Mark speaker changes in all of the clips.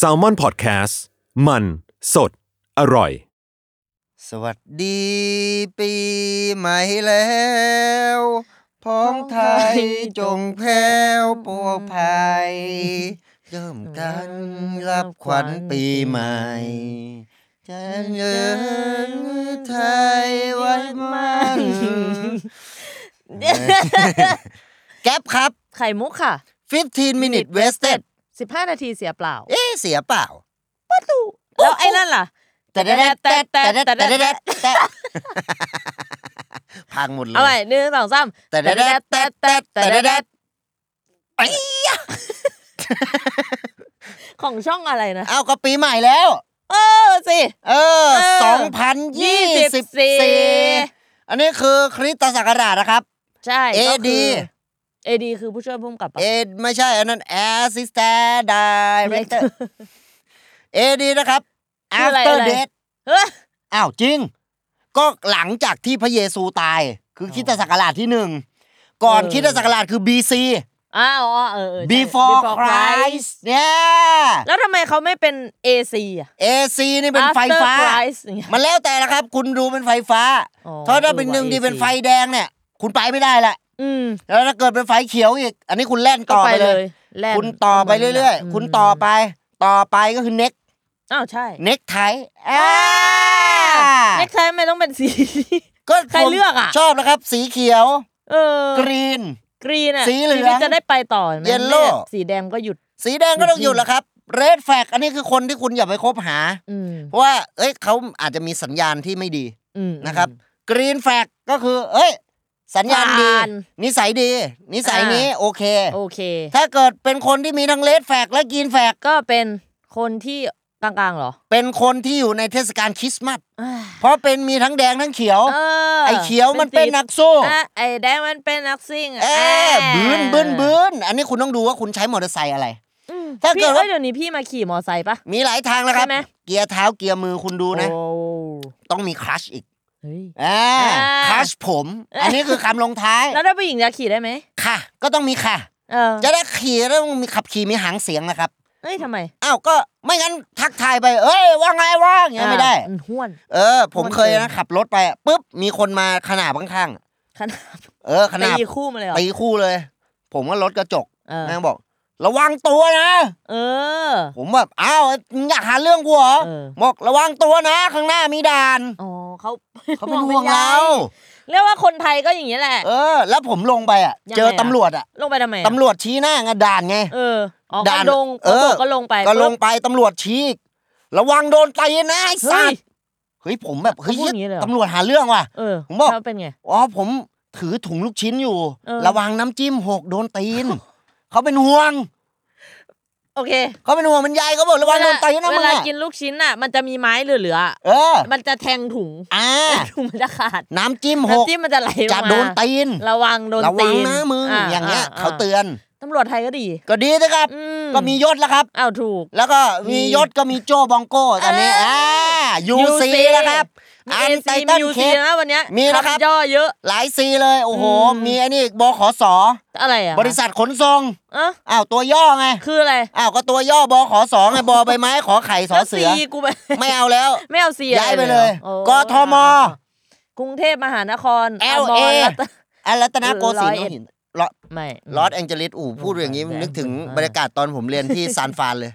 Speaker 1: s a l m o n PODCAST มันสดอร่อย
Speaker 2: สวัสดีปีใหม่แล้ว พ้องไทยจงแผ้วปวกภัยเริ่มกันรับขวัญปีใหม่ฉันเยินไทยไว้มันแก๊ปครับ
Speaker 3: ไข่มุกค่ะ
Speaker 2: 15 minute wasted
Speaker 3: 15 นาทีเสียเปล่า
Speaker 2: เอ๊ะเสียเปล่า
Speaker 3: แล้วไอ้นั่นล่ะ
Speaker 2: แต่แต่แต่แต่แต่แต่แต่พังหมดเลย
Speaker 3: เอาใหม่หนึ่งสองสาม
Speaker 2: แต่แต่แต่แต่แต่แต่แต่แต่ไอ้ยะ
Speaker 3: ของช่องอะไรนะ
Speaker 2: เอาก็ปีใหม่แล้ว
Speaker 3: เออสิ
Speaker 2: เออ
Speaker 3: เออ
Speaker 2: สองพันยี่สิบสี่อันนี้คือคริสตศักราชนะครับ
Speaker 3: ใช่
Speaker 2: เอดี
Speaker 3: เอดีคือผู้ช่วยผู้กำกับปะ
Speaker 2: เอไม่ใช่ อันนั้น assistant director เอดีนะครับ after death
Speaker 3: เฮ้ย
Speaker 2: อ้าวจริง ก็หลังจากที่พระเยซูตาย คือคริสตศักราชที่หนึ่ง ก่อนคริสตศักราชคือ BC
Speaker 3: อ้าวอ๋อเออเออใช่
Speaker 2: before Christ เนี่ย
Speaker 3: แล้วทำไมเขาไม่เป็น AC อ่ะ
Speaker 2: AC นี่เป็น
Speaker 3: After
Speaker 2: ไฟฟ้า
Speaker 3: Christ อย่างเงี้ย
Speaker 2: มันแล้วแต่ละครับ คุณดูเป็นไฟฟ้า
Speaker 3: อ๋อ
Speaker 2: ถ้าถ้าเป็นหนึ่ง
Speaker 3: เออว่ะ
Speaker 2: ที่เป็น
Speaker 3: AC
Speaker 2: ไฟแดงเนี่ย คุณไปไม่ได้ละ
Speaker 3: อืม
Speaker 2: แล้วถ้าเกิดเป็นไฟเขียวอีก อันนี้คุณแล่น
Speaker 3: ก็
Speaker 2: ต่อ
Speaker 3: ไป
Speaker 2: ไป
Speaker 3: เล
Speaker 2: เลย ย
Speaker 3: แล่น
Speaker 2: คุณต่อไปเรื่อยๆ คุณต่อไป ต่อไปก็คือเน็ก
Speaker 3: อ้าวใช่
Speaker 2: เน็กไท
Speaker 3: เน็กไททำไมต้องเป็นสี
Speaker 2: ก็
Speaker 3: ใครเลือกอะ
Speaker 2: ชอบนะครับ สีเขียว
Speaker 3: เออ
Speaker 2: กรีน
Speaker 3: กรีนอ่ะ
Speaker 2: สีเหลือง
Speaker 3: ชีวิตจะได้ไปต่อห็นไหม
Speaker 2: Yellow
Speaker 3: ไม่สีแดงก็หยุด
Speaker 2: สีแดงก็ต้องหยุดแล้วครับ เรดแฟกอันนี้คือคนที่คุณอย่าไปคบหา
Speaker 3: อืม
Speaker 2: เพราะว่า เอ้ยเขาอาจจะมีสัญญาณที่ไม่ดี
Speaker 3: อืม
Speaker 2: นะครับกรีนแฟกก็คือ เอ้ย สัญญาณดี
Speaker 3: ผ่าน
Speaker 2: นิสัยดี นิสัยนี้โอเค
Speaker 3: โอเค
Speaker 2: ถ้าเกิดเป็นคนที่มีทั้งเลดแฟกและกรีนแฟก
Speaker 3: ก็เป็นคนที่กลางๆเหรอ
Speaker 2: เป็นคนที่อยู่ในเทศกาลคริสต์มาส
Speaker 3: อ่า
Speaker 2: เพราะเป็นมีทั้งแดงทั้งเขียว
Speaker 3: เออ
Speaker 2: ไอ้เขียวมันเป็น
Speaker 3: สี
Speaker 2: นักสู้
Speaker 3: อ่ะไอ้แดงมันเป็นนักซิ่ง
Speaker 2: เอ้ยบืนบืนบืนอันนี้คุณต้องดูว่าคุณใช้มอเตอร์ไซค์อะไร ถ้า
Speaker 3: ถ้า
Speaker 2: เกิ
Speaker 3: เกิ
Speaker 2: ด
Speaker 3: ด
Speaker 2: ว่า
Speaker 3: ว่าเดี๋ยวนี้พี่มาขี่มอไซค์ปะ
Speaker 2: มีหลายทางแล้วครับ
Speaker 3: ใช่ไหม
Speaker 2: เกียร์เท้าเกียร์มือคุณดูนะ
Speaker 3: โอ้
Speaker 2: ต้องมีคลัชอีก
Speaker 3: เฮ้ย
Speaker 2: อ่า
Speaker 3: อ่า
Speaker 2: คลัชผม อันนี้คือคำลงท้าย
Speaker 3: แล้วถ้าผู้หญิงจะขี่ได้ไหม
Speaker 2: ค่ะ ก็ต้องมีค่ะ
Speaker 3: เออ
Speaker 2: จะได้ขี่แล้วต้องมีขับขี่มีหางเสียงนะครับ
Speaker 3: เอ้ยทำไม
Speaker 2: อ้าวก็ไม่งั้นทักทายไป เอ้ยว่าไงว่าอย่างเงี้ยไม่ได้
Speaker 3: อ่าอืห้วน
Speaker 2: เออ ผม
Speaker 3: มัน
Speaker 2: เคย
Speaker 3: เกิน
Speaker 2: นะขับรถไปอะปุ๊บมีคนมาขนาบข้าง
Speaker 3: ขนาด
Speaker 2: ๆเออขนาบ
Speaker 3: ตีคู่มาเลยเหรอ
Speaker 2: ตีคู่เลย ผมก็รถกระจก
Speaker 3: เออ
Speaker 2: แม่งบอก ระวังตัวนะ
Speaker 3: เออ
Speaker 2: ผมแบบอ้าวมึงอยากหาเรื่องกูเหรอ
Speaker 3: เออ
Speaker 2: บอกระวังตัวนะ ข้างหน้ามีด่าน
Speaker 3: อ๋อเขา
Speaker 2: เขาเป็นห่วงเรา
Speaker 3: เรียกว่าคนไทยก็อย่างนี้ยแหละ
Speaker 2: เออ แล้วผมลงไปอ่ะ
Speaker 3: ยังไงอะ
Speaker 2: เจอตำรวจอ่ะ
Speaker 3: ลงไปทำไมอะ
Speaker 2: ตำรวจชี้หน้าไงด่านไง
Speaker 3: เอออ๋อ
Speaker 2: ด่าน
Speaker 3: ก็ลง
Speaker 2: เออ
Speaker 3: ตำรวจก็ลงไป
Speaker 2: ก็ลงไปตำรวจชี้อีกระวังโดนตีนะไอ้
Speaker 3: เฮ้
Speaker 2: สัต
Speaker 3: ย
Speaker 2: ว์เฮ้ยผมแบบเฮ้ย
Speaker 3: เขาพูดอย่างนี้เลยเหรอ
Speaker 2: ตำรวจหาเรื่องว่ะ
Speaker 3: เออ
Speaker 2: ผมบอก
Speaker 3: แล้วเป็นไง
Speaker 2: อ๋อผมถือถุงลูกชิ้นอยู่
Speaker 3: เออ
Speaker 2: ระวังน้ำจิ้มหกโดนตีน เขาเป็นห่วง
Speaker 3: โอเค
Speaker 2: เขาเป็นห่วงมันยายเขาบอกระวังโดนตีนนะ
Speaker 3: เว
Speaker 2: มึง
Speaker 3: ลา
Speaker 2: อะ
Speaker 3: กินลูกชิ้นน่ะ มันจะมีไม้เหลือๆอะ
Speaker 2: เออ
Speaker 3: มันจะแทงถุง
Speaker 2: อ่า
Speaker 3: ถุงมันจะขาด
Speaker 2: น้ำจิ้มหก
Speaker 3: น้ำจิ้มมันจะไหลลง
Speaker 2: จะ
Speaker 3: มา
Speaker 2: โดนตีน
Speaker 3: ระวังโดน
Speaker 2: ระวั
Speaker 3: ตี
Speaker 2: ง
Speaker 3: น
Speaker 2: นะมึงอย่างเงี้ย เขาเตือน
Speaker 3: ตำรวจไทยก็ดี
Speaker 2: ก็ดีนะครับ
Speaker 3: อืม
Speaker 2: ก็มียศแล้วครับ
Speaker 3: อ้าวถูก
Speaker 2: แล้วก็มียศก็มีโจบองโก้ตอนนี้
Speaker 3: เอออ่
Speaker 2: อ่ายูซี
Speaker 3: UC
Speaker 2: นะครับ
Speaker 3: มี
Speaker 2: อัน
Speaker 3: เอ
Speaker 2: ไต
Speaker 3: ซี
Speaker 2: เติ้ล
Speaker 3: มิว
Speaker 2: เค
Speaker 3: ซี
Speaker 2: ส
Speaker 3: นะวันเนี้ย
Speaker 2: มีแล้วครับ
Speaker 3: ำย่อเยอะ
Speaker 2: หลายซีเลย โอ้โห
Speaker 3: อืม
Speaker 2: มีไอ้นี่บขส
Speaker 3: อะไรอ่ะ
Speaker 2: บริษัทขนส่ง
Speaker 3: เอ้า
Speaker 2: อ้าวตัวย่อไง
Speaker 3: คืออะไร
Speaker 2: อ้าวก็ตัวย่อบอขอสองไงบอใบไม้ ขอไข่สอ
Speaker 3: แล้ว
Speaker 2: เสือ
Speaker 3: ซีกูไป
Speaker 2: ไม่เอาแล้ว
Speaker 3: ไม่เอาซีอะไร
Speaker 2: ย้ายไปเลย
Speaker 3: หรอโอ้
Speaker 2: กทม
Speaker 3: กรุงเทพมหานคร
Speaker 2: LA
Speaker 3: มรรัตน
Speaker 2: อันรัตนโกสินทร์
Speaker 3: ร้อยเอ็ด
Speaker 2: หินลอ
Speaker 3: ไม่
Speaker 2: ลอสแองเจลิสอู๋พูดอย่างนี้นึกถึงบรรยากาศตอนผมเรียนที่ซานฟรานเลย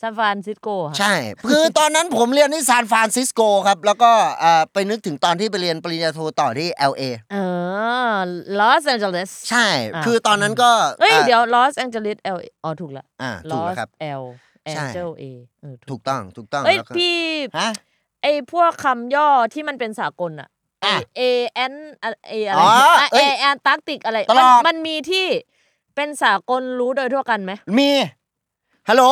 Speaker 3: ซานฟรานซิสโกค่ะ
Speaker 2: ใช่ คือตอนนั้นผมเรียนที่ซานฟรานซิสโกครับ แล้วก็อ่าไปนึกถึงตอนที่ไปเรียนปริญญาโทต่อที่ LA
Speaker 3: เออลอสแองเจลิส
Speaker 2: ใช่
Speaker 3: อ่า
Speaker 2: คือตอนนั้นก็
Speaker 3: เอ้ย
Speaker 2: อ่า
Speaker 3: เดี๋ยวลอสแองเจลิสเอลอ๋อถูกละ
Speaker 2: อ่า
Speaker 3: ล
Speaker 2: ถู
Speaker 3: อก
Speaker 2: แล้ว
Speaker 3: ส
Speaker 2: ครับ
Speaker 3: เอลแอ
Speaker 2: ใช่
Speaker 3: นเจลเออ
Speaker 2: ถูกต้องถูกต้อง
Speaker 3: เอ้ย
Speaker 2: แล้วก็
Speaker 3: พี่
Speaker 2: ฮะ
Speaker 3: ไอพวกคำย่อที่มันเป็นสากลอะ
Speaker 2: อ่ะ
Speaker 3: เอแอนเออะไร
Speaker 2: อ๋อเอ้
Speaker 3: เอย แอนตาร์กติกอะไร
Speaker 2: ตล
Speaker 3: มั
Speaker 2: อด
Speaker 3: มันมีที่เป็นสากลรู้โดยทั่วกันไหม
Speaker 2: มี ฮัลโหล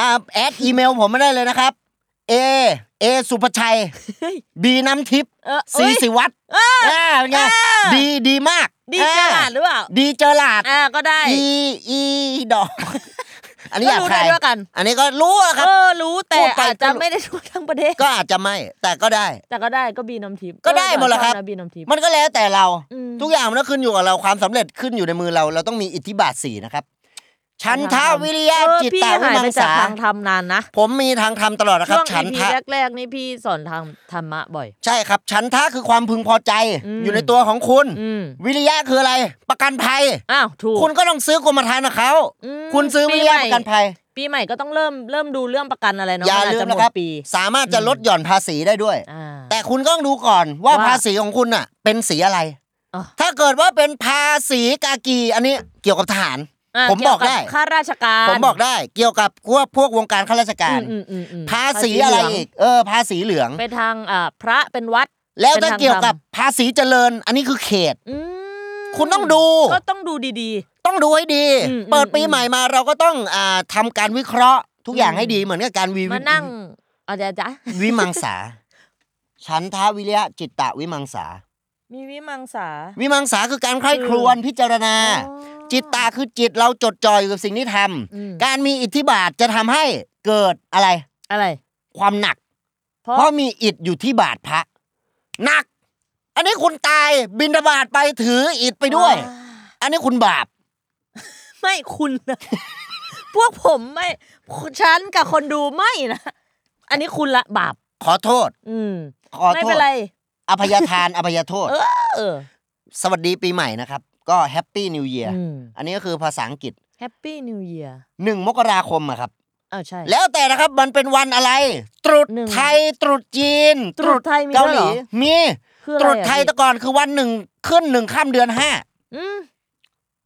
Speaker 2: อ่าแอดอีเมลผมไม่ได้เลยนะครับ A A สุภชัย B น้ำทิพย์
Speaker 3: เออ
Speaker 2: C
Speaker 3: เอ้ย
Speaker 2: สิวัตร
Speaker 3: เออ
Speaker 2: อ่าเป็นไง
Speaker 3: เออ
Speaker 2: ดีดีมาก
Speaker 3: ดีเจอหลาดหรือเปล่า
Speaker 2: ดีเจอหลาด
Speaker 3: อ่าก็ได้
Speaker 2: อีอีดอก อันนี้
Speaker 3: ก็
Speaker 2: อยาก
Speaker 3: รู้
Speaker 2: ใคร
Speaker 3: ได้ด้วยกัน
Speaker 2: อันนี้ก็รู้อะครับ
Speaker 3: เออรู้แต่
Speaker 2: พูดไป
Speaker 3: อาจ
Speaker 2: ก็
Speaker 3: จะ
Speaker 2: รู้
Speaker 3: ไม่ได้ทั่วทั้งประเทศ
Speaker 2: ก็อาจจะไม่ แต่ก็ได้
Speaker 3: แต่ก็ได้ก็บีน้ำทิพย์
Speaker 2: ก็ได้หมดเหรอครับ
Speaker 3: ชนะบีน้ำทิพย์
Speaker 2: มันก็แล้วแต่เรา
Speaker 3: อืม
Speaker 2: ทุกอย่างมันก็ขึ้นอยู่กับเราความสำเร็จขึ้นอยู่ในมือเรา เราต้องมีอิทธิบาทสี่นะครับ ชันทาวิริยะ
Speaker 3: เออ
Speaker 2: จิต
Speaker 3: พี่
Speaker 2: ตาวิ
Speaker 3: หาย
Speaker 2: มั
Speaker 3: ไป
Speaker 2: ง
Speaker 3: จาก
Speaker 2: สา
Speaker 3: ทางธรรมนานนะ
Speaker 2: ผมมีทางทำตลอดนะค
Speaker 3: ช่
Speaker 2: รับ
Speaker 3: วง
Speaker 2: ฉัน
Speaker 3: EP
Speaker 2: ทะ
Speaker 3: แรกๆนี่พี่สอนทางธรรมะบ่อย
Speaker 2: ใช่ครับ ฉันทะคือความพึงพอใจ
Speaker 3: อืม
Speaker 2: อยู่ในตัวของคุณ
Speaker 3: อืม
Speaker 2: วิริยะคืออะไร ประกันภัย
Speaker 3: อ้าวถูก
Speaker 2: คุณก็ต้องซื้อกรมธรรม์กับเขา
Speaker 3: ม
Speaker 2: คุณซื้อวิ
Speaker 3: ปี
Speaker 2: ริ
Speaker 3: ให
Speaker 2: ยะ
Speaker 3: ม่
Speaker 2: ประกันภัย
Speaker 3: ปีใหม่ก็ต้องเริ่มเริ่มดูเรื่องประกันอะไรเนาะ
Speaker 2: อย่า
Speaker 3: อาจ
Speaker 2: ลืม
Speaker 3: จะหม
Speaker 2: นะ
Speaker 3: ด
Speaker 2: ครับ
Speaker 3: ปี
Speaker 2: สามารถจะ
Speaker 3: อืม
Speaker 2: ลดหย่อนภาษีได้ด้วย
Speaker 3: อ่า
Speaker 2: แต่คุณก็ต้องดูก่อนว่า
Speaker 3: ว่า
Speaker 2: ภาษีของคุณน่ะ เป็นสีอะไร
Speaker 3: อ๋อ
Speaker 2: ถ้าเกิดว่าเป็นภาษีกากีอันนี้เกี่ยวกับทหาร
Speaker 3: อ่ะ
Speaker 2: ผมบอก
Speaker 3: เยว
Speaker 2: ได้
Speaker 3: ข้าราชการ
Speaker 2: ผมบอกได้เกี่ยวกับพวกพวกวงการข้าราชการ
Speaker 3: อืมอืมอืม
Speaker 2: ภาษีอะไร
Speaker 3: เหลืง
Speaker 2: อีกเออ ภาษีเหลือง
Speaker 3: ไปทางอ่าพระเป็นวัด
Speaker 2: แล้วถ้า
Speaker 3: เป็นทาง
Speaker 2: เกี่ยวกับ
Speaker 3: ด
Speaker 2: ภาษีเจริญ อันนี้คือเขต
Speaker 3: อืม
Speaker 2: คุณต้องดู
Speaker 3: ก็ต้องดูดี
Speaker 2: ต้องดูให้ดี
Speaker 3: อืม
Speaker 2: เปิดปี
Speaker 3: อืม
Speaker 2: ใหม่มาเราก็ต้องอ่าทำการวิเคราะห์ทุกอย่าง
Speaker 3: อืม
Speaker 2: ให้ดีเหมือนกับการวิ
Speaker 3: ๆ
Speaker 2: วิ
Speaker 3: มานั่งเอาจารย์จ๊ะ
Speaker 2: วิมังสา ฉันทาวิริยะจิตตะวิมังสา
Speaker 3: มีวิมังสา
Speaker 2: วิมังสาคือการใคร่ครวญพิจารณา
Speaker 3: อ๋อ
Speaker 2: จิตตาคือจิตเราจดจ่ออยู่กับสิ่งที่ทำ
Speaker 3: อืม
Speaker 2: การมีอิทธิบาทจะทำให้เกิดอะไร
Speaker 3: อะไร
Speaker 2: ความหนัก
Speaker 3: เพราะ
Speaker 2: เพราะมีอิฐอยู่ที่บาทพระหนัก อันนี้คุณตายบินบาตไปถืออิฐไปด้วย
Speaker 3: อ่า
Speaker 2: อันนี้คุณบาป
Speaker 3: ไม่คุณนะ พวกผมไม่ฉันกับคนดูไม่นะ อันนี้คุณละบาป
Speaker 2: ขอโทษ
Speaker 3: อืม
Speaker 2: ขอ
Speaker 3: ไม่
Speaker 2: โท
Speaker 3: เป็
Speaker 2: ษ
Speaker 3: นไร
Speaker 2: อภัยทาน อภัยโทษ
Speaker 3: เออเออ
Speaker 2: สวัสดีปีใหม่นะครับ ก็แฮปปี้นิวเยียร์อันนี้ก็คือภาษาอังกฤษ
Speaker 3: แฮปปี้นิวเยียร์
Speaker 2: หนึ่งมกราคมอะครับ
Speaker 3: อ้าวใช่
Speaker 2: แล้วแต่นะครับมันเป็นวันอะไร ตรุษ
Speaker 3: หนึ่ง
Speaker 2: ไทย ตรุษจีน
Speaker 3: ตรุษไทยมี
Speaker 2: เกา
Speaker 3: ด้วย
Speaker 2: ห
Speaker 3: เหร
Speaker 2: ลี
Speaker 3: อ
Speaker 2: มี
Speaker 3: คืออะ
Speaker 2: ต
Speaker 3: ร
Speaker 2: รุ
Speaker 3: อะ
Speaker 2: ษไทย
Speaker 3: พี่
Speaker 2: แตะก่อนคือวันหนึ่งขึ้นหนึ่งข้ามเดือนห้า
Speaker 3: อืม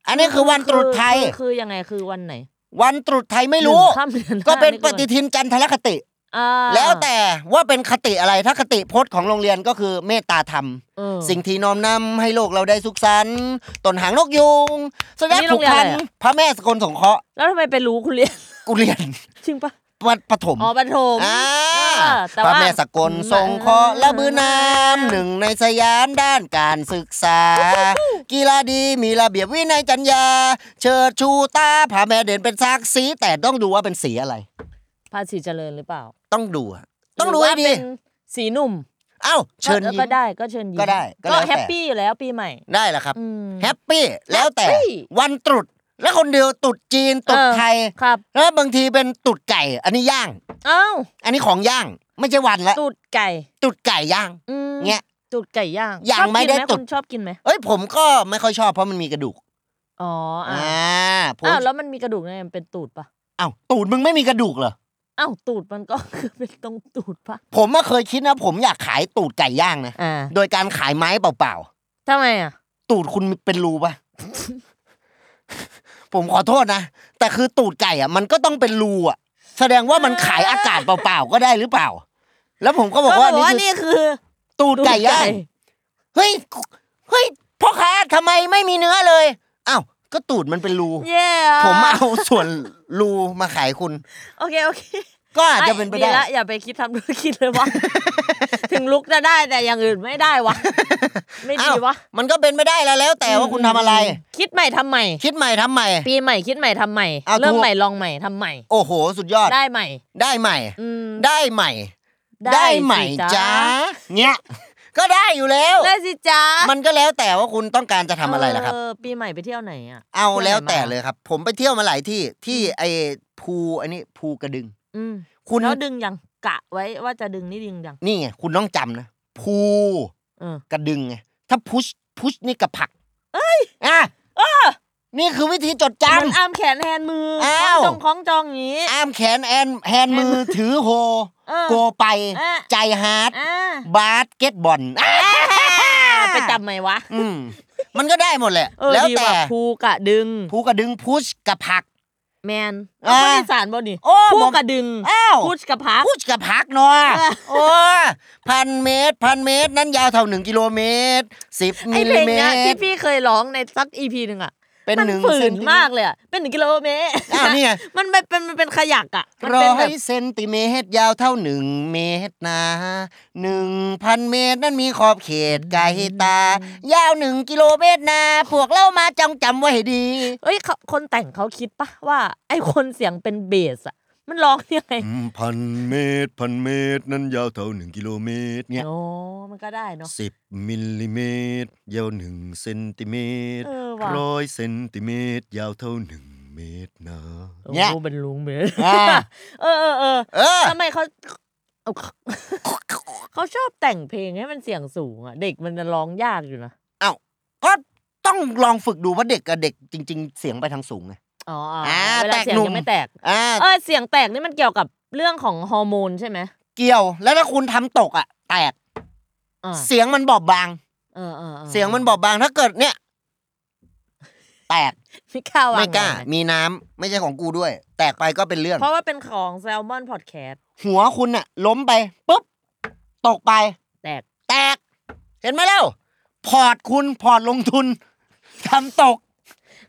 Speaker 2: อันนี้คือวันตรุษไทย
Speaker 3: คือคือคือยังไงคือวันไหน
Speaker 2: วันตรุษไทยไม่รู้
Speaker 3: หนึ่งข้ามดือน
Speaker 2: ก็เป็น
Speaker 3: ห้า
Speaker 2: ปฏิทินจันทรคติ
Speaker 3: อ่า
Speaker 2: แล้วแต่ว่าเป็นคติอะไรถ้าคติพจน์ของโรงเรียนก็คือเมตตาธรรม
Speaker 3: เออ
Speaker 2: สิ่งที่น้อมนำให้โลกเราได้สุขสันต์ตนหางนกยุงสยัก
Speaker 3: นี่
Speaker 2: ผู
Speaker 3: โร
Speaker 2: ก
Speaker 3: งเรียน
Speaker 2: พัน
Speaker 3: อะไรอะ
Speaker 2: พระแม่สกลสงเคราะห์
Speaker 3: แล้วทำไมไปรู้คุณเรียน
Speaker 2: กูเรียน
Speaker 3: จริงปะ
Speaker 2: วัดปฐม
Speaker 3: อ๋อปฐม
Speaker 2: อ่า
Speaker 3: เออแต่
Speaker 2: พ
Speaker 3: ว่า
Speaker 2: ระแม่สกลสงเคราะห์และบือนามหนึ่งในสยามด้านการศึกษา กีฬาดีมีระเบียบวินัยจัญญา เชิดชูตาพระแม่เด่นเป็นซากสีแต่ต้องดูว่าเป็นสีอะไร
Speaker 3: ภาษีเจริญหรือเปล่า
Speaker 2: ต้องดูอะต้องดู
Speaker 3: หว่า
Speaker 2: ให้ดี
Speaker 3: เป็นสีหนุ่ม
Speaker 2: เอ้าเชิญ
Speaker 3: ก็
Speaker 2: ยิ้
Speaker 3: ก็
Speaker 2: ม
Speaker 3: ได้ก็เชิญยิ้ม
Speaker 2: ก็ได้ก็แล้วแต่
Speaker 3: แฮปปี้อยู่แล้วปีใหม่
Speaker 2: ได้แล้วครับ
Speaker 3: อืม
Speaker 2: แฮปปี้แล้วแต่
Speaker 3: Happy
Speaker 2: วันตรุษและคนเดียวตรุษจีนตรุษ
Speaker 3: เออ
Speaker 2: ไทย
Speaker 3: ครับ
Speaker 2: แล้วบางทีเป็นตุดไก่ อันนี้ย่าง
Speaker 3: เอ้า
Speaker 2: อันนี้ของย่าง ไม่ใช่วันละ
Speaker 3: ตูดไก่
Speaker 2: ตุดไก่ย่าง
Speaker 3: อืม
Speaker 2: เงี้ย
Speaker 3: ตูดไก่ย่าง
Speaker 2: ย่าง
Speaker 3: ชอบกิน
Speaker 2: ไม่ได้
Speaker 3: ห
Speaker 2: ตูด
Speaker 3: คุณชอบกินไหม
Speaker 2: เอ้ยผมก็ไม่ค่อยชอบเพราะมันมีกระดูก
Speaker 3: อ๋ออ่ะ
Speaker 2: อ่าผม
Speaker 3: อ้าวแล้วมันมีกระดูกเนี่ยมันเป็นตูดปะ
Speaker 2: อ้าวตูดมึงไม่มีกระดูกเหรอ
Speaker 3: อ้าวตูดมันก็ คือเป็นตรงตูดปะ
Speaker 2: ผมมาเคยคิดนะ ผมอยากขายตูดไก่ย่างนะ
Speaker 3: อ่า
Speaker 2: โดยการขายไม้เปล่า
Speaker 3: ทำไมอ่ะ
Speaker 2: ๆ ตูดคุณเป็นรูปะ ผมขอโทษนะ แต่คือตูดไก่อ่ะ มันก็ต้องเป็นรูอ่ะ แสดงว่ามันขายอากาศเปล่าๆก็ได้หรือเปล่า แล้วผมก็บอกว่า
Speaker 3: เข
Speaker 2: นี่คือ
Speaker 3: นี่คือ
Speaker 2: ตูดไก่ย่าง เฮ้ย เฮ้ย พ่อค้าทำไมไม่มีเนื้อเลย อ้าว ก็ตูดมันเป็นรู
Speaker 3: เย่อะ
Speaker 2: ผมเอาส่วนรูมาขายคุณ
Speaker 3: โอเคโอเค
Speaker 2: ก็อาจจะเป็นไปได้
Speaker 3: อ้ละอย่าไปคิดทำธุรกิจเลย วะ ถึงลุกจะได้แต่อย่างอื่นไม่ได้วะ ไม่ดี
Speaker 2: อ้าว
Speaker 3: ะ
Speaker 2: มันก็เป็นไปได้แล้วแล้วแต่ว่าคุณทำอะไร
Speaker 3: คิดใหม่ทำใหม่
Speaker 2: คิดใหม่ทำใหม่
Speaker 3: ปีใหม่คิดใหม่ทำใหม่
Speaker 2: เอา
Speaker 3: เริ่ม
Speaker 2: ถูก
Speaker 3: ใหม่ลองใหม่ทำใหม่
Speaker 2: โอ้โห สุดยอด
Speaker 3: ได้ใหม่
Speaker 2: ได้ใหม่
Speaker 3: อืม
Speaker 2: ได้ใหม่ ได้ใหม่
Speaker 3: สิ
Speaker 2: จ้าเนี่ย ก็ได้อยู่แล้ว
Speaker 3: ได้สิจ้า
Speaker 2: มันก็แล้วแต่ว่าคุณต้องการจะทำอะไรล่ะครับ
Speaker 3: เปีใหม่ไปเที่ยวไหนอ่ะ
Speaker 2: เอาแล้วแต่
Speaker 3: ที่วไหนมา
Speaker 2: เลยครับ ผมไปเที่ยวมาหลายที่ ที่ไอ้ภูอันนี้ภูกระดึง
Speaker 3: อืม
Speaker 2: คุณ
Speaker 3: แล้วดึงยังกะไว้ว่าจะดึงนี่ดึงยัง
Speaker 2: นี่ไง คุณต้องจำนะ ภู
Speaker 3: เออก
Speaker 2: ระดึงไงถ้าพุชพุชนี่กับผักเอ้ยอ่ะนี่คือวิธีจดจ
Speaker 3: เหมือนอ้ามแขนแฮนด์มือ
Speaker 2: อ้า
Speaker 3: คล้
Speaker 2: ว
Speaker 3: องจองคล้องจองอย่างนี้
Speaker 2: ำอ้ามแขนแอนแฮนมือถือโฮ
Speaker 3: เออ
Speaker 2: โกไป
Speaker 3: เออ
Speaker 2: ใจฮาร์ด
Speaker 3: อ่า
Speaker 2: บาสเกตบอล อ่ะ
Speaker 3: ไปจำไหมวะ
Speaker 2: อืมมันก็ได้หมดแหละ
Speaker 3: เออ
Speaker 2: แล้ว
Speaker 3: ดี
Speaker 2: แต่
Speaker 3: ว่ะภูกระดึง
Speaker 2: ภูกระดึงพุชกับผัก
Speaker 3: แมน
Speaker 2: อ่า
Speaker 3: คนอีสานบ่นี่
Speaker 2: โอ้
Speaker 3: ภู
Speaker 2: ผม
Speaker 3: กระดึง
Speaker 2: อ้าว
Speaker 3: พูดกระพัก
Speaker 2: พุชกับผักเนาะ
Speaker 3: เออ
Speaker 2: โอ้พันเมตรพันเมตร นั้นยาวเท่าหนึ่งกิโลเมตรสิบ
Speaker 3: ไอ
Speaker 2: มิล
Speaker 3: เพล
Speaker 2: ลิ
Speaker 3: ง
Speaker 2: เม
Speaker 3: เนี้ย
Speaker 2: ต
Speaker 3: ที่
Speaker 2: ร
Speaker 3: พี่เคยร้องในสักอีพีหนึ่งอ่ะ
Speaker 2: เป็น
Speaker 3: มัน
Speaker 2: หนึ่ง
Speaker 3: ฝื
Speaker 2: เซ
Speaker 3: น
Speaker 2: นติเตร
Speaker 3: มากเลยอ่ะ เป็นหนึ่งกิโลเมตร
Speaker 2: อ้าวนี่ไง
Speaker 3: มันเป็นเป็นมันเป็นขยักอ่ะมัน
Speaker 2: ร้
Speaker 3: เป็น
Speaker 2: อ
Speaker 3: แบ
Speaker 2: ย
Speaker 3: บ
Speaker 2: เซนติเมตรยาวเท่าหนึ่งเมตรนะหนึ่งพันเมตรนั่นมีขอบเขตไกลตา ยาวหนึ่งกิโลเมตรนะพวกเล่ามาจำจำไว้ให้ดี
Speaker 3: เอ้ยเขาคนแต่งเขาคิดปะว่า ไอ้คนเสียงเป็นเบสอ่ะ มันร้องยังไง
Speaker 2: พันเมตรพันเมตร นั้นยาวเท่าหนึ่งกิโลเมตรเนี่ย
Speaker 3: โอ้มันก็ได้เนาะ
Speaker 2: สิบมิลลิเมตร ยาวหนึ่งเซนติเมตร
Speaker 3: เออว่ะ
Speaker 2: ร้อยเซนติเมตร ยาวเท่าหนึ่งเมตรนะ
Speaker 3: โอ้
Speaker 2: เนี่ย
Speaker 3: เป็นลุงเบส
Speaker 2: อ่า
Speaker 3: เออเออเออ
Speaker 2: เออ
Speaker 3: ทำไมเขาเอาเขาเขาชอบแต่งเพลงให้มันเสียงสูงอ่ะ เด็กมันจะร้องยากอยู่นะ
Speaker 2: เอ้าก็ต้องลองฝึกดูว่าเด็กกับเด็กจริง ๆ เสียงไปทางสูงไง
Speaker 3: อ๋อ
Speaker 2: อ่า
Speaker 3: เวลา
Speaker 2: แตก
Speaker 3: เสียง
Speaker 2: หนุ่ม
Speaker 3: ยังไม่แตก
Speaker 2: อ่า
Speaker 3: เออเสียงแตกนี่มันเกี่ยวกับเรื่องของฮอร์โมนใช่ไหม
Speaker 2: เกี่ยว แล้วถ้าคุณทำตกอ่ะ แตก
Speaker 3: อ่า
Speaker 2: เสียงมันบอบบาง
Speaker 3: เออเออ
Speaker 2: เสียงมันบอบบาง ถ้าเกิดเนี่ย แตก
Speaker 3: ไม่กล้าวาง
Speaker 2: ไม่กล้า
Speaker 3: งไหม
Speaker 2: มีน้ำ ไม่ใช่ของกูด้วย แตกไปก็เป็นเรื่อง
Speaker 3: เพราะว่าเป็นของแซลมอนพอดแคสต์
Speaker 2: หัวคุณน่ะ ล้มไปปุ๊บ ตกไป
Speaker 3: แตก
Speaker 2: แตก เห็นไหมเล่า พอร์ตคุณ พอร์ตลงทุนทำตก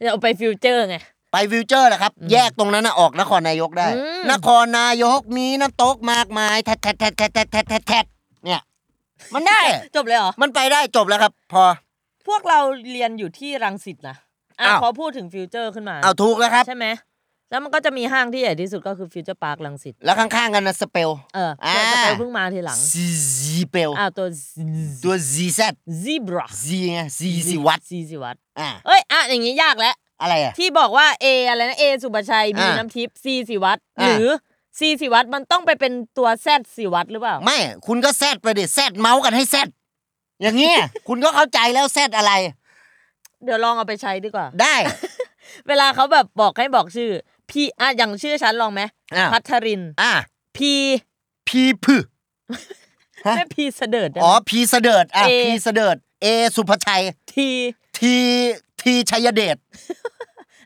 Speaker 3: เดี๋ยวเอาไปฟิวเจอร์ไง
Speaker 2: ไปฟิวเจอร์แหละครับ แยกตรงนั้นนะออกนครนายกได้
Speaker 3: อืม
Speaker 2: นครนายกมีน้ำตกมากมายแทดแทดแทดแทดแทดแทดแทดเนี่ย มันได้
Speaker 3: จบเลยเหรอ
Speaker 2: มันไปได้จบแล้วครับ พอ
Speaker 3: พวกเราเรียนอยู่ที่รังสิตนะอ่ะ
Speaker 2: อ้าว
Speaker 3: พอพูดถึงฟิวเจอร์ขึ้นมา
Speaker 2: เอาถูกแล้วครับ
Speaker 3: ใช่ไหมแล้วมันก็จะมีห้างที่ใหญ่ที่สุดก็คือฟิวเจอร์พาร์ครังสิต
Speaker 2: แล้วข้างๆกันนะสเปล
Speaker 3: เออ
Speaker 2: อ่า
Speaker 3: จะไปเพิ่งมาทีหลัง
Speaker 2: ซีซีเปล
Speaker 3: อ้าวตัว
Speaker 2: ตัวซีแซด
Speaker 3: zebra
Speaker 2: ซีไงซีซีวัต
Speaker 3: ซีสิวัต
Speaker 2: อ่ะ
Speaker 3: เอ้ยอ่ะอย่างงี้ยากแล้ว
Speaker 2: อะไรอ่ะ
Speaker 3: ที่บอกว่า A อะไรนะ A สุบชัย B
Speaker 2: อ่า
Speaker 3: น้ำทิพย์ C สิวัตร
Speaker 2: อ่า
Speaker 3: หรือ C สิวัตรมันต้องไปเป็นตัว Z สิวัตรหรือเปล่า
Speaker 2: ไม่คุณก็แซดไปดิแซดเมาส์กันให้แซดอย่างเงี้ย คุณก็เข้าใจแล้วแซดอะไร
Speaker 3: เดี๋ยวลองเอาไปใช้ดีกว่า
Speaker 2: ได้
Speaker 3: เวลาเขาแบบบอกให้บอกชื่อ P อ่ะอย่างชื่อฉันลองไหม
Speaker 2: อ่า
Speaker 3: พัทริน
Speaker 2: อ่ะ
Speaker 3: P
Speaker 2: พีพอ ฮะ
Speaker 3: ไม่ P เสดิร์ดได้ไหม
Speaker 2: อ๋อพีเสดิร์ดอ่ะ
Speaker 3: A
Speaker 2: พีเสดิร์ดเอสุภชัย
Speaker 3: T
Speaker 2: ทีทีชัยเดช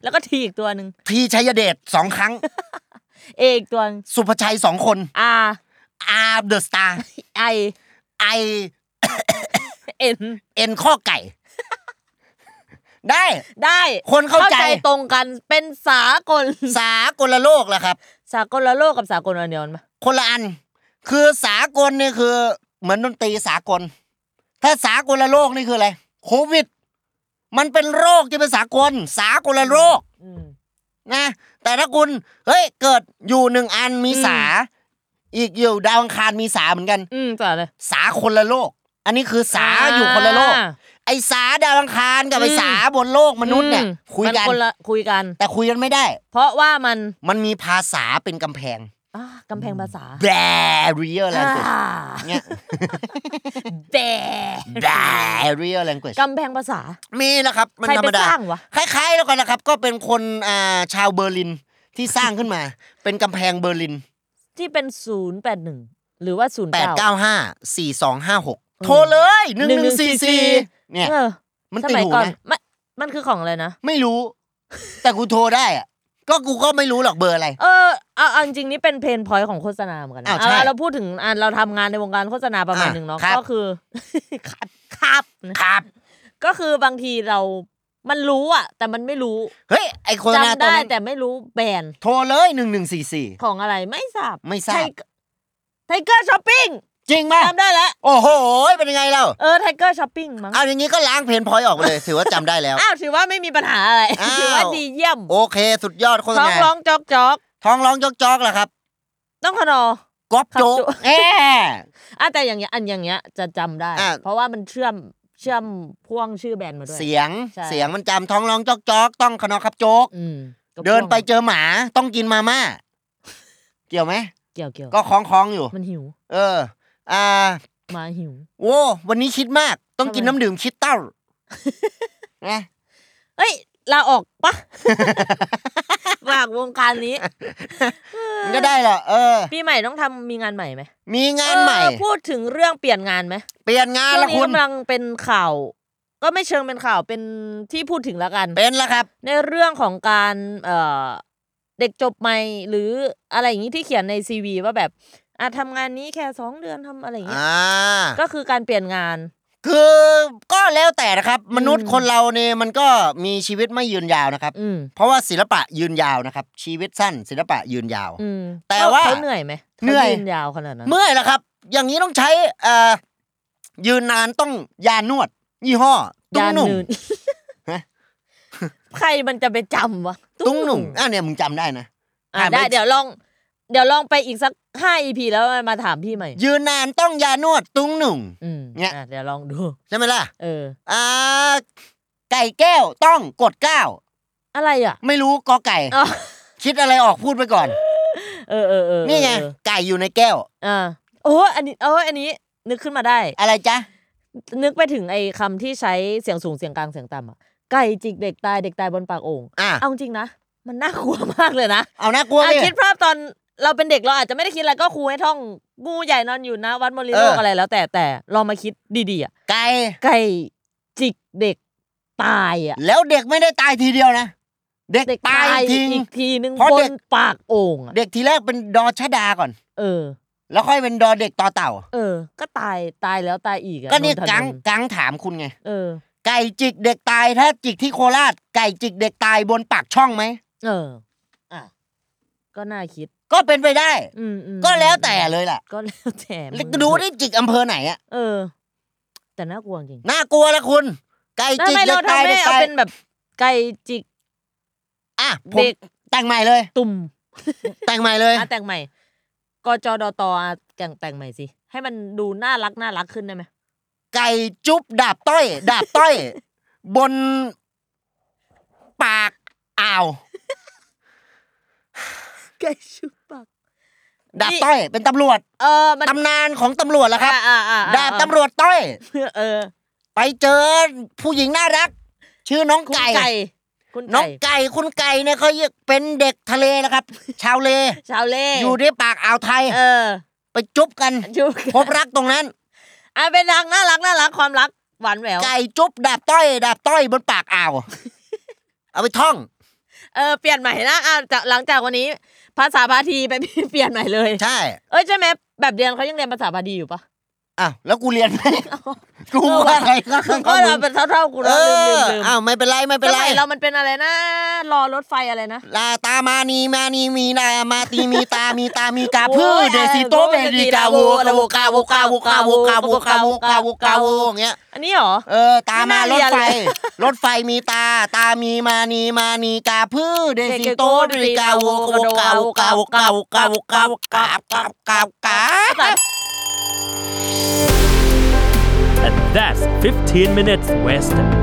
Speaker 3: แล้วก็ T อีกตัวหนึ่ง
Speaker 2: ทีชัยเดชสองครั้ง
Speaker 3: A อีกตัวหนึ่ง
Speaker 2: สุภชัยสองคน
Speaker 3: R
Speaker 2: อาร์เดอะสตาร์
Speaker 3: I
Speaker 2: ไอ
Speaker 3: N
Speaker 2: เอ็นข้อไก่ ได้
Speaker 3: ได้
Speaker 2: คนเข้าใจ
Speaker 3: ตรงกันเป็นสากล
Speaker 2: สากลโลกแหละครับ
Speaker 3: สากลโลกกับสากลอันเดียวกันปะ
Speaker 2: คนละอัน คือสากลนี่คือ เหมือนดนตรีสากล ถ้าสากลโลกนี่คืออะไรโควิด มันเป็นโรคที่เป็นสากล สากลโรค
Speaker 3: อืม
Speaker 2: นะ แต่ถ้าคุณ เฮ้ย เกิดอยู่หนึ่งอันมี
Speaker 3: อืม
Speaker 2: สา อีกอยู่ดาวอังคารมีสาเหมือนกัน
Speaker 3: อืมต่อเลย
Speaker 2: สาคนละโลก อันนี้คือสาอยู่คนละโลก
Speaker 3: อ่า
Speaker 2: ไอสาดาวอังคารกับ
Speaker 3: อืม
Speaker 2: ไอสาบนโลกมนุษย์เนี่ย
Speaker 3: อืม
Speaker 2: คุยกัน
Speaker 3: มัคนละคุยกัน
Speaker 2: แต่คุยกันไม่ได้
Speaker 3: เพราะว่ามัน
Speaker 2: มันมีภาษาเป็นกำแพง
Speaker 3: อ่ะกำแพงภาษา
Speaker 2: barrier
Speaker 3: อ่า
Speaker 2: language เนี่ย
Speaker 3: แบ
Speaker 2: barrier language
Speaker 3: กำแพงภาษา
Speaker 2: มีนะครับ มัน
Speaker 3: ใคร
Speaker 2: ธร
Speaker 3: ไป
Speaker 2: รมดา
Speaker 3: สร้างวะ
Speaker 2: คล้ายๆแล้วกันนะครับ ก็เป็นคนอ่าชาวเบอร์ลินที่สร้างขึ้นมา เป็นกำแพงเบอร์ลิน
Speaker 3: ที่เป็น 081 หรือว่า 09
Speaker 2: 895 4256 โทรเลย1144เนี่ย
Speaker 3: เออ
Speaker 2: มัน
Speaker 3: ส
Speaker 2: ติด
Speaker 3: มัย
Speaker 2: หู
Speaker 3: ก่อน
Speaker 2: นะ
Speaker 3: มันมันคือของอะไรนะ
Speaker 2: ไม่รู้ แต่กูโทรได้อะก็กูก็ไม่รู้หรอกเบอร์อะไร
Speaker 3: เออเอาเอาจริงๆนี่เป็นเพนพอยของโฆษณาเหมือนกันนะ
Speaker 2: อ้าวใช่
Speaker 3: เอาเราพูดถึงอ่ะเราทำงานในวงการโฆษณาประมาณ
Speaker 2: อ่ะ
Speaker 3: หนึ่งเนาะ
Speaker 2: ครับ
Speaker 3: ก็คือ ครับ
Speaker 2: ครับ
Speaker 3: ก็คือบางทีเรา มันรู้อ่ะ แต่มันไม่รู้
Speaker 2: เฮ้ย ไอโฆษณา
Speaker 3: จำ
Speaker 2: ตัว
Speaker 3: ได้
Speaker 2: นั้น
Speaker 3: แต่ไม่รู้แบรนด์
Speaker 2: โทรเลย1144
Speaker 3: ของอะไรไม่ทราบ
Speaker 2: ไม่ทราบ
Speaker 3: ไทเกอร์ช้อปปิ้ง
Speaker 2: จริงไหม
Speaker 3: จำได้แล้ว
Speaker 2: โอ้โห เป็นยังไงเรา
Speaker 3: เออไทเกอร์ช้อปปิ้งมั้ง
Speaker 2: เอาอย่างนี้ก็ล้างเพนพอยต์ออกไปเลย ถือว่าจำได้แล้ว
Speaker 3: อ้าว ถือว่าไม่มีปัญหาอะไร
Speaker 2: อ้าว
Speaker 3: ถือว่าดีเยี่ยม
Speaker 2: โอเค สุดยอดโฆษ
Speaker 3: ท้อง
Speaker 2: ณา
Speaker 3: ร้องจอกจอก
Speaker 2: ท้องร้องจอกจอกเหรอครับ
Speaker 3: ต้องขนอ
Speaker 2: ก๊อปโจ๊ก
Speaker 3: ครับ
Speaker 2: แอะ
Speaker 3: อ่ะแต่อย่างเงี้ยอันอย่างเงี้ยจะจำได้
Speaker 2: อ่ะ
Speaker 3: เพราะว่ามันเชื่อมเชื่อมพ่วงชื่อแบรนด์มาด้วย
Speaker 2: เสียง
Speaker 3: ใช่
Speaker 2: เสียงมันจำท้องร้องจอกจอกต้องขนอครับโจ๊ก
Speaker 3: อืมก็พ่วง
Speaker 2: เดินไปเจอหมาต้องกินมาม่าเกี่ยวไหม
Speaker 3: เกี่ยวเกี่ยว
Speaker 2: ก็คล้องคล้องๆอยู่
Speaker 3: มันหิว
Speaker 2: เออ อ่า
Speaker 3: หมาหิว
Speaker 2: โว้วันนี้คิดมากต้องกิน
Speaker 3: ทำไม
Speaker 2: น้ำดื่มคิดเต้านะ
Speaker 3: เอ้ยลาออก ปะ ฝากวงการนี้
Speaker 2: มันก็ได้เหรอเออ
Speaker 3: ปีใหม่ต้องทำมีงานใหม่ไหม
Speaker 2: มีงานใหม่
Speaker 3: เออพูดถึงเรื่องเปลี่ยนงานไหม
Speaker 2: เปลี่ยนงาน
Speaker 3: ช่ว
Speaker 2: ละ
Speaker 3: งนี้
Speaker 2: คุณ
Speaker 3: กำลังเป็นข่าว ก็ไม่เชิงเป็นข่าวเป็นที่พูดถึงแล้วกัน
Speaker 2: เป็นแล้วครับ
Speaker 3: ในเรื่องของการเอ่อเด็กจบใหม่หรืออะไรอย่างนี้ที่เขียนในซีวีว่าแบบอ่ะทำงานนี้แค่สองเดือนทำอะไรอย่างเงี้ย
Speaker 2: อ่า
Speaker 3: ก็คือการเปลี่ยนงาน
Speaker 2: คือก็แล้วแต่นะครับ มนุษย์คนเราเนี่ยมันก็มีชีวิตไม่ยืนยาวนะครับ
Speaker 3: อืม
Speaker 2: เพราะว่าศิลปะยืนยาวนะครับ ชีวิตสั้น ศิลปะยืนยาว
Speaker 3: อืม
Speaker 2: แต่ว่า
Speaker 3: เขาเหนื่อยไหมขา
Speaker 2: เหนื่อย
Speaker 3: นยาวขนาดนั้น
Speaker 2: เมื่อยแล้วครับ อย่างนี้ต้องใช้เอ่อยืนนานต้องยานวด ยี่ห้อ ตุ้ง
Speaker 3: ยาน
Speaker 2: หนุ่ม
Speaker 3: นืน
Speaker 2: ฮะ
Speaker 3: ใครมันจะไปจำวะ
Speaker 2: ตุ้งหนุ่มอ่ะเนี่ยมึงจำได้นะ
Speaker 3: อ่ะ
Speaker 2: อ่ะ
Speaker 3: ได้
Speaker 2: ไม่
Speaker 3: เดี๋ยวลอง เดี๋ยวลองไปอีกสักห้าอีพีแล้วมาถามพี่ใหม่
Speaker 2: ยืนนานต้องยานวด ตุ้งหนุ่ม
Speaker 3: อืม
Speaker 2: เนี่ย
Speaker 3: อ่ะเดี๋ยวลองดู
Speaker 2: ใช่ไหมล่ะ
Speaker 3: เออ
Speaker 2: อ่าไก่แก้วต้องกดเก้า
Speaker 3: อะไรอ่ะ
Speaker 2: ไม่รู้กอไก่
Speaker 3: อ๋อ
Speaker 2: คิดอะไรออกพูดไปก่อน
Speaker 3: เออเออเออ
Speaker 2: นี่ไง
Speaker 3: เออ
Speaker 2: ไก่อยู่ในแก้ว
Speaker 3: อ่าโอ้อันนี้โอ้อันนี้ นึกขึ้นมาได้
Speaker 2: อะไรจ๊ะ
Speaker 3: นึกไปถึงไอ้คำที่ใช้เสียงสูงเสียงกลางเสียงต่ำอ่ะไก่จิกเด็กตายเด็กตายบนปากโอ่ง
Speaker 2: อ่ะ
Speaker 3: เอาจริงนะ มันน่ากลัวมากเลยนะ
Speaker 2: เอานะกลัว
Speaker 3: อ่ะ
Speaker 2: เนี่ย
Speaker 3: คิดภาพตอนเราเป็นเด็กเราอาจจะไม่ได้คิดอะไรก็ครูให้ท่องงูใหญ่นอนอยู่นะ วัดมริโลก
Speaker 2: เอออ
Speaker 3: อะไรแล้ว แต่แต่ลองมาคิดดีๆอ่ะ
Speaker 2: ไก่
Speaker 3: ไก่จิกเด็กตายอ่ะ
Speaker 2: แล้วเด็กไม่ได้ตายทีเดียวนะ เด็ก
Speaker 3: เด็ก
Speaker 2: ตายทิ้ง
Speaker 3: อีกทีนึง
Speaker 2: เพราะ
Speaker 3: บ
Speaker 2: เด็ก
Speaker 3: นปากโอ่งอ่ะ
Speaker 2: เด็กทีแรกเป็นดอชดาก่อน
Speaker 3: เออ
Speaker 2: แล้วค่อยเป็นดอเด็กต่อเต่า
Speaker 3: เออ ก็ตายตายแล้วตายอีกอะ
Speaker 2: ก็นี่
Speaker 3: โดทะ
Speaker 2: กัง
Speaker 3: ลึ่ง
Speaker 2: กังถามคุณไง
Speaker 3: เออ
Speaker 2: ไก่จิกเด็กตายถ้าจิกที่โคราช ไก่จิกเด็กตายบนปากช่องไหม
Speaker 3: เออ
Speaker 2: อ่ะ
Speaker 3: ก็น่าคิด
Speaker 2: ก็เป็นไปได้
Speaker 3: อืมอืม
Speaker 2: ก็แล้วแต่เลยล่ะ
Speaker 3: ก็แล้วแต่มึง
Speaker 2: ดูได้จิกอำเภอไหนอะ
Speaker 3: เออ แต่น่ากลัวจริง
Speaker 2: น่ากลัวละคุณ ไก่
Speaker 3: แล้ว
Speaker 2: จิก
Speaker 3: ไม่
Speaker 2: เด็
Speaker 3: เรา
Speaker 2: กตาย
Speaker 3: ทำ
Speaker 2: เด็
Speaker 3: ไม่
Speaker 2: ก
Speaker 3: เอา
Speaker 2: ตาย
Speaker 3: เป็นแบบไก่จิก
Speaker 2: อ่ะผ
Speaker 3: เด็
Speaker 2: ม
Speaker 3: ก
Speaker 2: แต่งใหม่เลย
Speaker 3: ตุ่ม
Speaker 2: แต่งใหม่เลย
Speaker 3: อ่ะแต่งใหม่กจดตอ่ะแต่งแต่งใหม่สิ ให้มันดูน่ารักน่ารักขึ้นได้ไหม
Speaker 2: ไก่จุ๊บดาบต้อย ดาบต้อย บนปากอ่าว
Speaker 3: ไก่ชุบปาก
Speaker 2: ดาบต้อย เป็นตำรวจ
Speaker 3: เออมัน
Speaker 2: ตำนานของตำรวจละครับ
Speaker 3: อ่าอ่า
Speaker 2: ดาบตำรวจต้อย
Speaker 3: เออ
Speaker 2: ไปเจอผู้หญิงน่ารัก ชื่อน้อง
Speaker 3: คุณ
Speaker 2: ไก่
Speaker 3: ไก่ คุณ
Speaker 2: น้อ
Speaker 3: ไก่
Speaker 2: งไก่คุณไก่เนี่ยเขาเป็นเด็กทะเล นะครับ ชาวเล
Speaker 3: ชาวเล่
Speaker 2: อยู่ที่ปากอ่าวไทย
Speaker 3: เออ
Speaker 2: ไปจุ๊บ กัน
Speaker 3: ชุบ
Speaker 2: พบรักตรงนั้น
Speaker 3: อ่ะเป็นรักน่ารักน่ารักความรักหวานแหวว
Speaker 2: ไก่จุ๊บดาบต้อย ดาบต้อยบนปากอ่าว เอาไปท่อง
Speaker 3: เออเปลี่ยนใหม่นะอ่าจากหลังจากวันนี้ ภาษาพาทีไป เปลี่ยนใหม่เลย
Speaker 2: ใช่
Speaker 3: เอ้ยใช่ไหมแบบเรียนเขายังเรียนภาษาพาทีอยู่ปะ
Speaker 2: อ้าวแล้วกูเรีย นไหมกูว่าอะไรก็ข้าง
Speaker 3: ก็
Speaker 2: ๆมึ
Speaker 3: เรา
Speaker 2: ง
Speaker 3: เป็นเท่าๆกู
Speaker 2: เอ
Speaker 3: นะลืมลืม
Speaker 2: อ
Speaker 3: ลืม
Speaker 2: อ้าวไม่เป็นไรไม่เป็น
Speaker 3: ส
Speaker 2: ไร
Speaker 3: มัยเรามันเป็นอะไรนะ รอรถไฟอะไรนะ
Speaker 2: ลาตามานีมานีมีนามาตีมีตามีตามีกา
Speaker 3: โอ้ย
Speaker 2: พืชเดซิโตเบ
Speaker 3: โอ้ย
Speaker 2: ดีกาโวกาโวกาโวกาโวกาโวกาโวกาโวกาโวกาโวอย่างเงี้ย
Speaker 3: อันนี้เหรอ
Speaker 2: เออตามมาร
Speaker 3: ไม่
Speaker 2: ถ
Speaker 3: น่า
Speaker 2: ไฟ
Speaker 3: เรียนเลย
Speaker 2: รถไฟมีตา ตามีมานีมานีกาพืชเดซิโตเบดีกาโวกาโวกาโวกาโวกาโวกาโวกาโวกาโวกาโวกาโวกา
Speaker 4: And that's 15 minutes west.